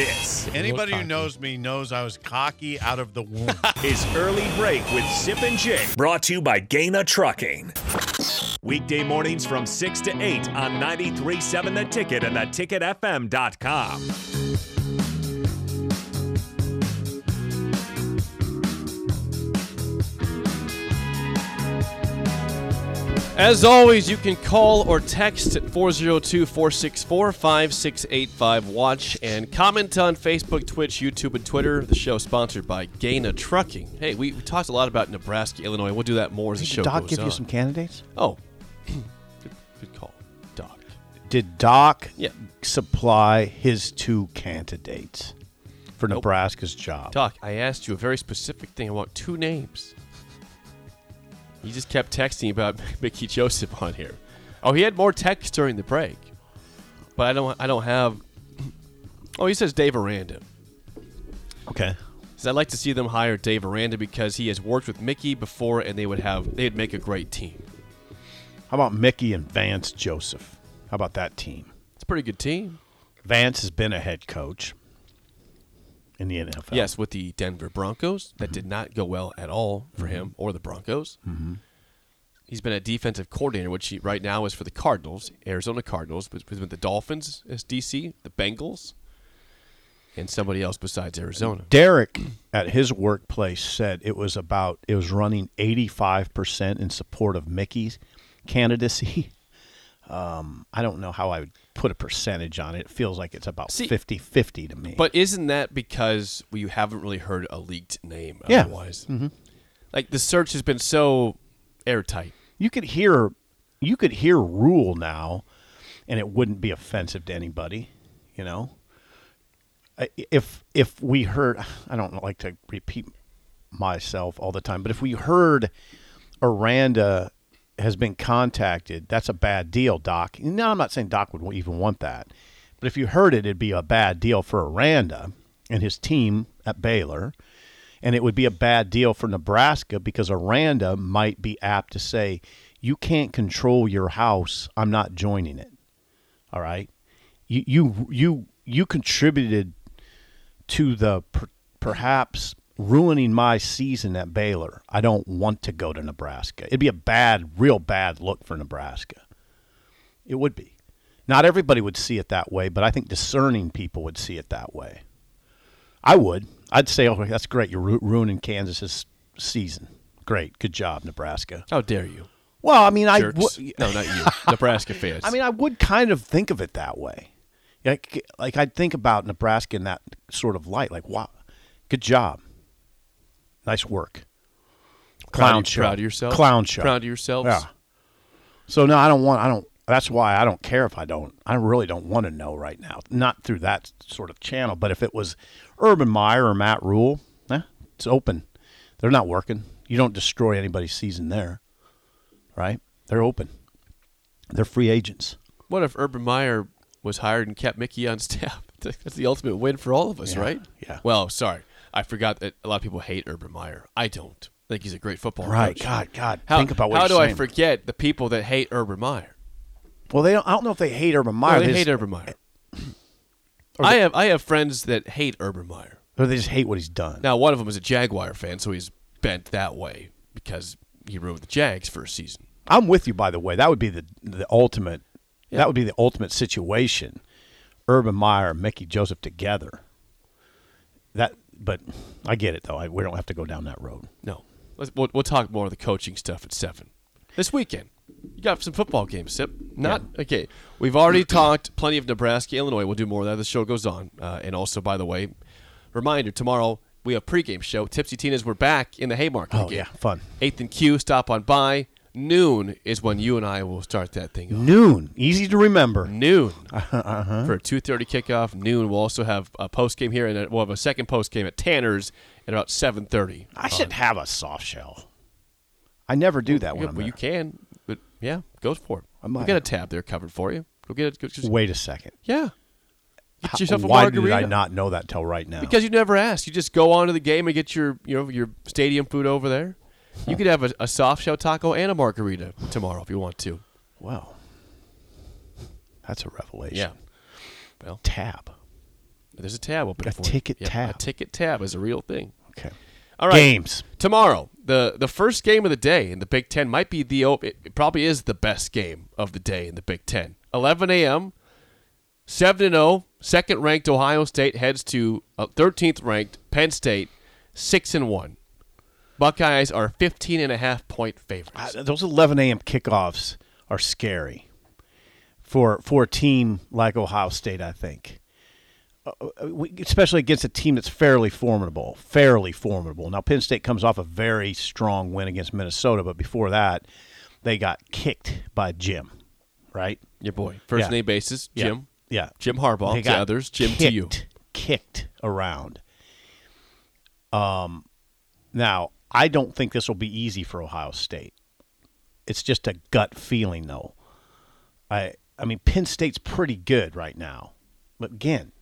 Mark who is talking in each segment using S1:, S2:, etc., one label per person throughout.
S1: this.
S2: Anybody who
S3: cocky.
S2: knows me knows I was cocky out of the womb.
S1: is Early Break with Zip and Jake,
S4: Brought to you by Gaina Trucking.
S1: weekday mornings from 6 to 8 on 93.7 The Ticket and theticketfm.com.
S3: As always, you can call or text at 402 464 5685 Watch and comment on Facebook, Twitch, YouTube, and Twitter. The show is sponsored by Gaina Trucking. Hey, we, we talked a lot about Nebraska, Illinois. We'll do that more as the show
S2: Did Doc
S3: goes
S2: give
S3: on.
S2: you some candidates?
S3: Oh, good, good call, Doc.
S2: Did Doc
S3: Yeah.
S2: supply his two candidates for
S3: Nope.
S2: Nebraska's job?
S3: Doc, I asked you a very specific thing. I want two names. You just kept texting about Mickey Joseph on here. Oh, he had more texts during the break, but I don't. I don't have. Oh, he says Dave Aranda.
S2: Okay.
S3: Says I'd like to see them hire Dave Aranda because he has worked with Mickey before, and they would have they'd make a great team.
S2: How about Mickey and Vance Joseph? How about that team?
S3: It's a pretty good team.
S2: Vance has been a head coach in the NFL.
S3: Yes, with the Denver Broncos. That
S2: Mm-hmm.
S3: did not go well at all for him or the Broncos. Mm-hmm. He's been a defensive coordinator, which he, right now is for the Cardinals, Arizona Cardinals, but he's been with the Dolphins as DC, the Bengals, and somebody else besides Arizona.
S2: Derek at his workplace said it was about it was running 85% in support of Mickey's candidacy. Um, I don't know how I would put a percentage on it. It feels like it's about
S3: See-
S2: 50-50 to me.
S3: But isn't that because we haven't really heard a leaked name
S2: Yeah.
S3: otherwise? Mm-hmm. Like the search has been so airtight.
S2: you could hear you could hear rule now and it wouldn't be offensive to anybody you know I- if if we heard i don't like to repeat myself all the time but if we heard aranda has been contacted that's a bad deal doc no i'm not saying doc would even want that but if you heard it it'd be a bad deal for aranda and his team at baylor and it would be a bad deal for Nebraska because Aranda might be apt to say, "You can't control your house. I'm not joining it." All right, you you you you contributed to the per, perhaps ruining my season at Baylor. I don't want to go to Nebraska. It'd be a bad, real bad look for Nebraska. It would be. Not everybody would see it that way, but I think discerning people would see it that way. I would. I'd say, oh, that's great. You're ru- ruining Kansas's season. Great. Good job, Nebraska.
S3: How dare you?
S2: Well, I mean, I
S3: Jerks.
S2: would.
S3: no, not you. Nebraska fans.
S2: I mean, I would kind of think of it that way. Like, like I'd think about Nebraska in that sort of light. Like, wow, good job, nice work.
S3: Proud of-
S2: Clown show.
S3: Proud of yourself.
S2: Clown show.
S3: Proud of yourselves.
S2: Yeah. So no, I don't want. I don't. That's why I don't care if I don't. I really don't want to know right now. Not through that sort of channel. But if it was Urban Meyer or Matt Rule, eh, it's open. They're not working. You don't destroy anybody's season there, right? They're open. They're free agents.
S3: What if Urban Meyer was hired and kept Mickey on staff? That's the ultimate win for all of us,
S2: Yeah,
S3: right?
S2: yeah.
S3: Well, sorry, I forgot that a lot of people hate Urban Meyer. I don't. I think he's a great football
S2: Right.
S3: coach.
S2: God. God.
S3: How,
S2: think about what
S3: how
S2: you're
S3: do I
S2: saying.
S3: forget the people that hate Urban Meyer?
S2: Well, they don't. I don't know if they hate Urban Meyer.
S3: Well, they
S2: just-
S3: hate Urban Meyer. I have I have friends that hate Urban Meyer.
S2: or they just hate what he's done.
S3: Now, one of them is a Jaguar fan, so he's bent that way because he ruined the Jags for a season.
S2: I'm with you, by the way. That would be the the ultimate. That would be the ultimate situation. Urban Meyer, and Mickey Joseph together. That, but I get it though. I, we don't have to go down that road.
S3: No, Let's, we'll, we'll talk more of the coaching stuff at seven this weekend. You got some football games, Sip. Not okay. We've already talked plenty of Nebraska, Illinois. We'll do more of that. as The show goes on, uh, and also, by the way, reminder: tomorrow we have pregame show. Tipsy Tina's. We're back in the Haymarket.
S2: Oh
S3: again.
S2: yeah, fun.
S3: Eighth and Q. Stop on by. Noon is when you and I will start that thing. off.
S2: Noon, easy to remember.
S3: Noon
S2: Uh-huh.
S3: for a two thirty kickoff. Noon. We'll also have a post game here, and then we'll have a second post game at Tanner's at about seven thirty.
S2: I should have a soft shell. I never do that
S3: Oh, Yeah,
S2: when I'm
S3: well, you
S2: there.
S3: can, but yeah, go for it.
S2: I
S3: I
S2: might.
S3: we got a tab there covered for you. Go get it. Go, just,
S2: Wait a second.
S3: yeah, get
S2: How-
S3: yourself a
S2: Why
S3: margarita.
S2: did I not know that till right now?
S3: Because you never asked. You just go on to the game and get your you know your stadium food over there. You could have a, a soft shell taco and a margarita tomorrow if you want to.
S2: wow, that's a revelation.
S3: Yeah. Well,
S2: tab.
S3: There's a tab open.
S2: A
S3: for you.
S2: ticket
S3: Yep,
S2: tab.
S3: A ticket tab is a real thing.
S2: Okay.
S3: All right.
S2: Games.
S3: Tomorrow, the the first game of the day in the Big Ten might be the o- it, it probably is the best game of the day in the Big Ten. 11 a.m. 7 0, oh, second ranked Ohio State heads to uh, 13th ranked Penn State, 6 and 1. Buckeyes are 15 and a half point
S2: I-
S3: favorites.
S2: those 11 a.m. kickoffs are scary for for a team like Ohio State. I think, uh, we- especially against a team that's fairly formidable, fairly formidable. Now Penn State comes off a very strong win against Minnesota, but before that, they got kicked by Jim, right?
S3: Your boy. First
S2: Yeah.
S3: name basis,
S2: Yeah.
S3: Jim.
S2: Yeah,
S3: Jim Harbaugh
S2: They
S3: to
S2: got
S3: others, Jim
S2: kicked,
S3: to you.
S2: Kicked around. Um, now I don't think this will be easy for Ohio State. It's just a gut feeling, though. I I mean, Penn State's pretty good right now, but again,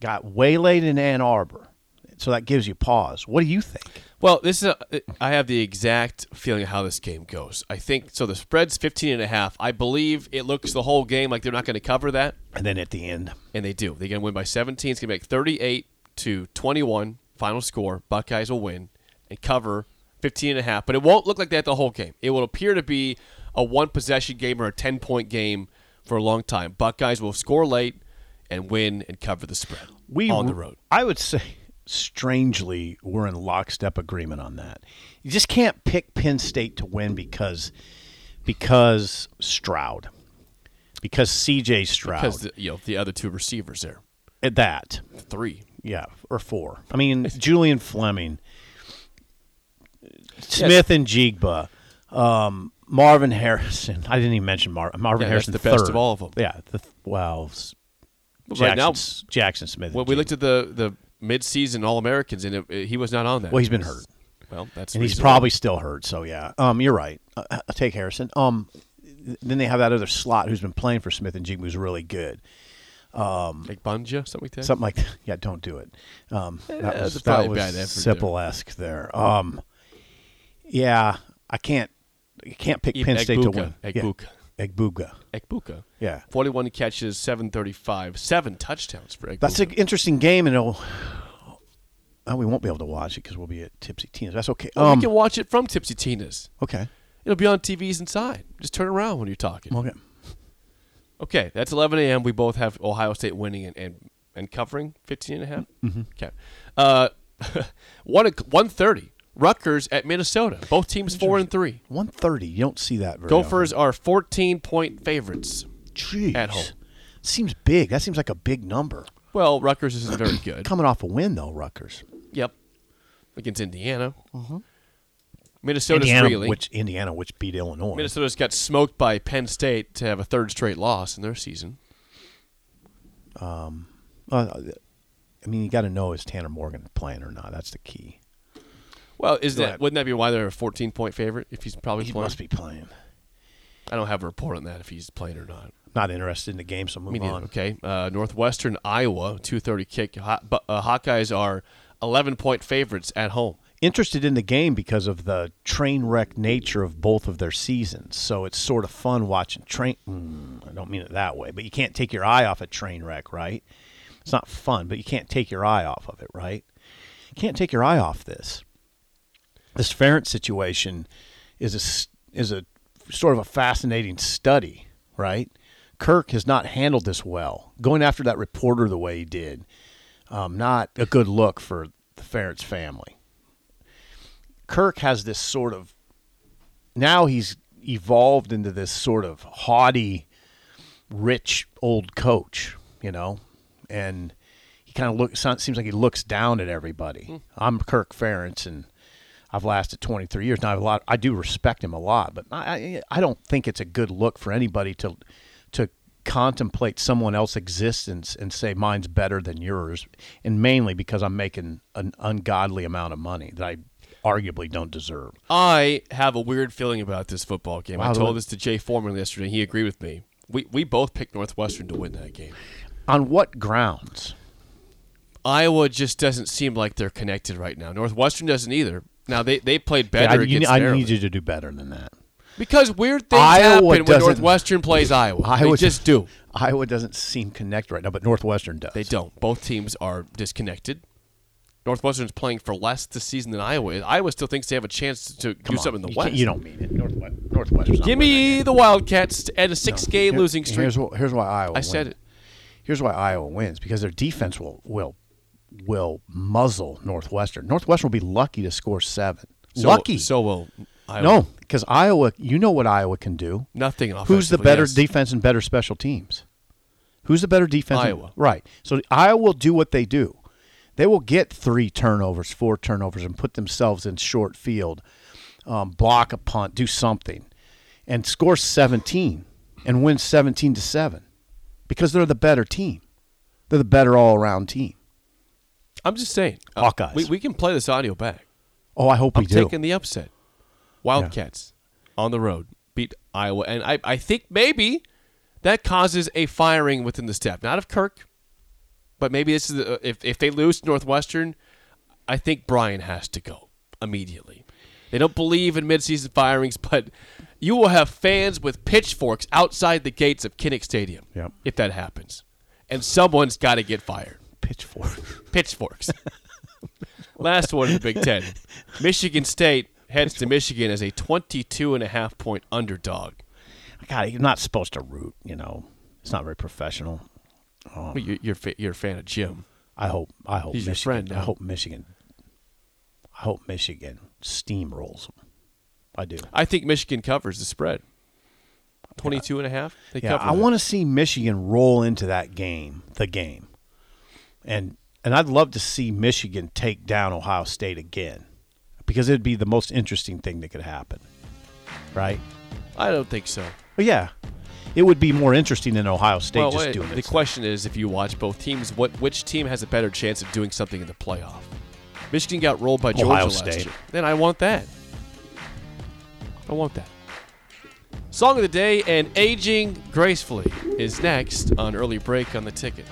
S2: got waylaid in Ann Arbor, so that gives you pause. What do you think?
S3: Well, this is a, I have the exact feeling of how this game goes. I think so the spread's 15 and a half. I believe it looks the whole game like they're not going to cover that
S2: And then at the end,
S3: and they do. They're going to win by 17. It's going to make 38 to 21 final score. Buckeyes will win and cover 15 and a half, but it won't look like that the whole game. It will appear to be a one possession game or a 10 point game for a long time. Buckeyes will score late and win and cover the spread
S2: we
S3: on the road.
S2: I would say strangely we're in lockstep agreement on that. You just can't pick Penn State to win because because Stroud. Because CJ Stroud
S3: Because the, you know the other two receivers there,
S2: at that.
S3: three.
S2: Yeah, or four. I mean Julian Fleming, Smith and Jigba, um, Marvin Harrison. I didn't even mention Mar- Marvin
S3: Yeah, that's
S2: Harrison.
S3: the best
S2: third.
S3: of all of 'em.
S2: Yeah, the th- well, s-
S3: Well,
S2: Jackson,
S3: right now-
S2: S- Jackson Smith. and
S3: Well, we
S2: Jigba.
S3: looked at the the mid-season All-Americans, and it, he was not on that.
S2: Well, he's been hurt.
S3: Well, that's
S2: and he's
S3: reasonable.
S2: probably still hurt. So yeah, um, you're right. Uh, I'll take Harrison. Um, th- then they have that other slot who's been playing for Smith and Jigma who's really good.
S3: like Bunja, something like that.
S2: Something like that. yeah, don't do it. Um, that
S3: Yeah,
S2: was
S3: Eh, that's
S2: that
S3: probably
S2: was
S3: bad effort there.
S2: Sipple-esque there. Um, yeah, I can't. I can't pick
S3: Even
S2: Penn State to
S3: Egbuka.
S2: win.
S3: Egbuka.
S2: Yeah. Egbuka.
S3: Ekbuka,
S2: Yeah.
S3: 41 catches, 735, seven touchdowns for Ekbuka.
S2: That's an interesting game, and it'll, oh, we won't be able to watch it because we'll be at Tipsy Tina's. That's okay.
S3: Well,
S2: Um,
S3: we can watch it from Tipsy Tina's.
S2: okay.
S3: It'll be on TVs inside. Just turn around when you're talking.
S2: Okay.
S3: Okay, that's 11 a.m. We both have Ohio State winning and and, and covering 15 and a half. Mm-hmm. Okay. Uh, one o- 1:30. Rutgers at Minnesota. Both teams four and three.
S2: One thirty. You don't see that very often.
S3: Gophers are 14 point favorites.
S2: Jeez.
S3: At home.
S2: Seems big. That seems like a big number.
S3: Well, Rutgers isn't very good.
S2: Coming off a win though, Rutgers.
S3: Yep. Against Indiana. Minnesota's
S2: Indiana,
S3: really.
S2: which Indiana, which beat Illinois.
S3: Minnesota's got smoked by Penn State to have a third straight loss in their season.
S2: Uh, I mean, you got to know is Tanner Morgan playing or not. That's the key.
S3: Well, is
S2: Go
S3: that
S2: ahead.
S3: wouldn't that be why they're a 14 point favorite if he's probably
S2: He
S3: playing?
S2: must be playing.
S3: I don't have a report on that if he's playing or not.
S2: Not interested in the game, so move
S3: Me neither.
S2: on.
S3: Okay, uh, Northwestern Iowa, 2:30 kick. Hot, but, uh, Hawkeyes are 11 point favorites at home.
S2: Interested in the game because of the train wreck nature of both of their seasons. So it's sort of fun watching train. Mm, I don't mean it that way, but you can't take your eye off a train wreck, right? It's not fun, but you can't take your eye off of it, right? You can't take your eye off this. This Ferentz situation is a s- is a sort of a fascinating study, right? Kirk has not handled this well, going after that reporter the way he did. Um, not a good look for the Ferentz family. Kirk has this sort of now he's evolved into this sort of haughty, rich old coach, you know, and he kind of looks seems like he looks down at everybody. I'm Kirk Ferentz, and I've lasted 23 years now. I have a lot. I do respect him a lot, but I I I don't think it's a good look for anybody to to contemplate someone else's existence and say mine's better than yours, and mainly because I'm making an ungodly amount of money that I arguably don't deserve.
S3: I have a weird feeling about this football game.
S2: Wow,
S3: I
S2: look-
S3: told this to Jay Foreman yesterday. and He agreed with me. We we both picked Northwestern to win that game.
S2: On what grounds?
S3: Iowa just doesn't seem like they're connected right now. Northwestern doesn't either. Now they, they played better
S2: I, you-
S3: against
S2: I
S3: Maryland.
S2: need you to do better than that.
S3: Because weird things
S2: Iowa
S3: happen when
S2: doesn't-
S3: Northwestern plays Iowa.
S2: Iowa
S3: they just do.
S2: Iowa doesn't seem connected right now, but Northwestern does.
S3: They don't. Both teams are disconnected. Northwestern's playing for less this season than Iowa is. Iowa still thinks they have a chance to do
S2: Come on.
S3: something in the
S2: you
S3: West.
S2: can't- You don't mean it. Northwest, Northwestern's not
S3: Give
S2: winning.
S3: me the Wildcats at a six-game
S2: Here-
S3: losing streak.
S2: Here's, wh- here's why Iowa.
S3: I said
S2: wins.
S3: it.
S2: Here's why Iowa wins because their defense will will will muzzle Northwestern. Northwestern will be lucky to score seven.
S3: So-
S2: lucky.
S3: So will Iowa.
S2: no, because Iowa. You know what Iowa can do.
S3: nothing.
S2: Who's the
S3: offensively,
S2: better
S3: yes.
S2: defense and better special teams? Who's the better defense? and-
S3: Iowa.
S2: right. So Iowa will do what they do. They will get three turnovers, four turnovers, and put themselves in short field, um, block a punt, do something, and score 17 and win 17 to 7 because they're the better team. They're the better all around team.
S3: I'm just saying. uh,
S2: Hawkeyes.
S3: We, we can play this audio back.
S2: Oh, I hope
S3: I'm
S2: we do.
S3: taking the upset. Wildcats on the road beat Iowa, and I, I think maybe that causes a firing within the staff, not of Kirk, but maybe this is the, uh, if if they lose to Northwestern, I think Brian has to go immediately. They don't believe in midseason firings, but you will have fans with pitchforks outside the gates of Kinnick Stadium
S2: Yep.
S3: if that happens, and someone's got to get fired
S2: Pitchfork.
S3: pitchforks. Last one in the Big Ten. Michigan State heads to Michigan as a 22 and a half point underdog.
S2: God, you're not supposed to root, you know. It's not very professional.
S3: Well, you- You're, fa- you're a fan of Jim.
S2: I hope. I hope.
S3: He's your
S2: Michigan,
S3: friend now.
S2: I hope Michigan. I hope Michigan steamrolls them. I do.
S3: I think Michigan covers the spread. 22 and a half? They
S2: Yeah,
S3: cover
S2: I
S3: that.
S2: want to see Michigan roll into that game, the game, and and I'd love to see Michigan take down Ohio State again, because it'd be the most interesting thing that could happen, right?
S3: I don't think so.
S2: But yeah, it would be more interesting than Ohio State
S3: well,
S2: just
S3: wait,
S2: doing
S3: the
S2: it.
S3: question is if you watch both teams, what which team has a better chance of doing something in the playoff? Michigan got rolled by Georgia
S2: Ohio
S3: last
S2: State.
S3: year. Then I want that. I want that. Song of the day and aging gracefully is next on early break on the ticket.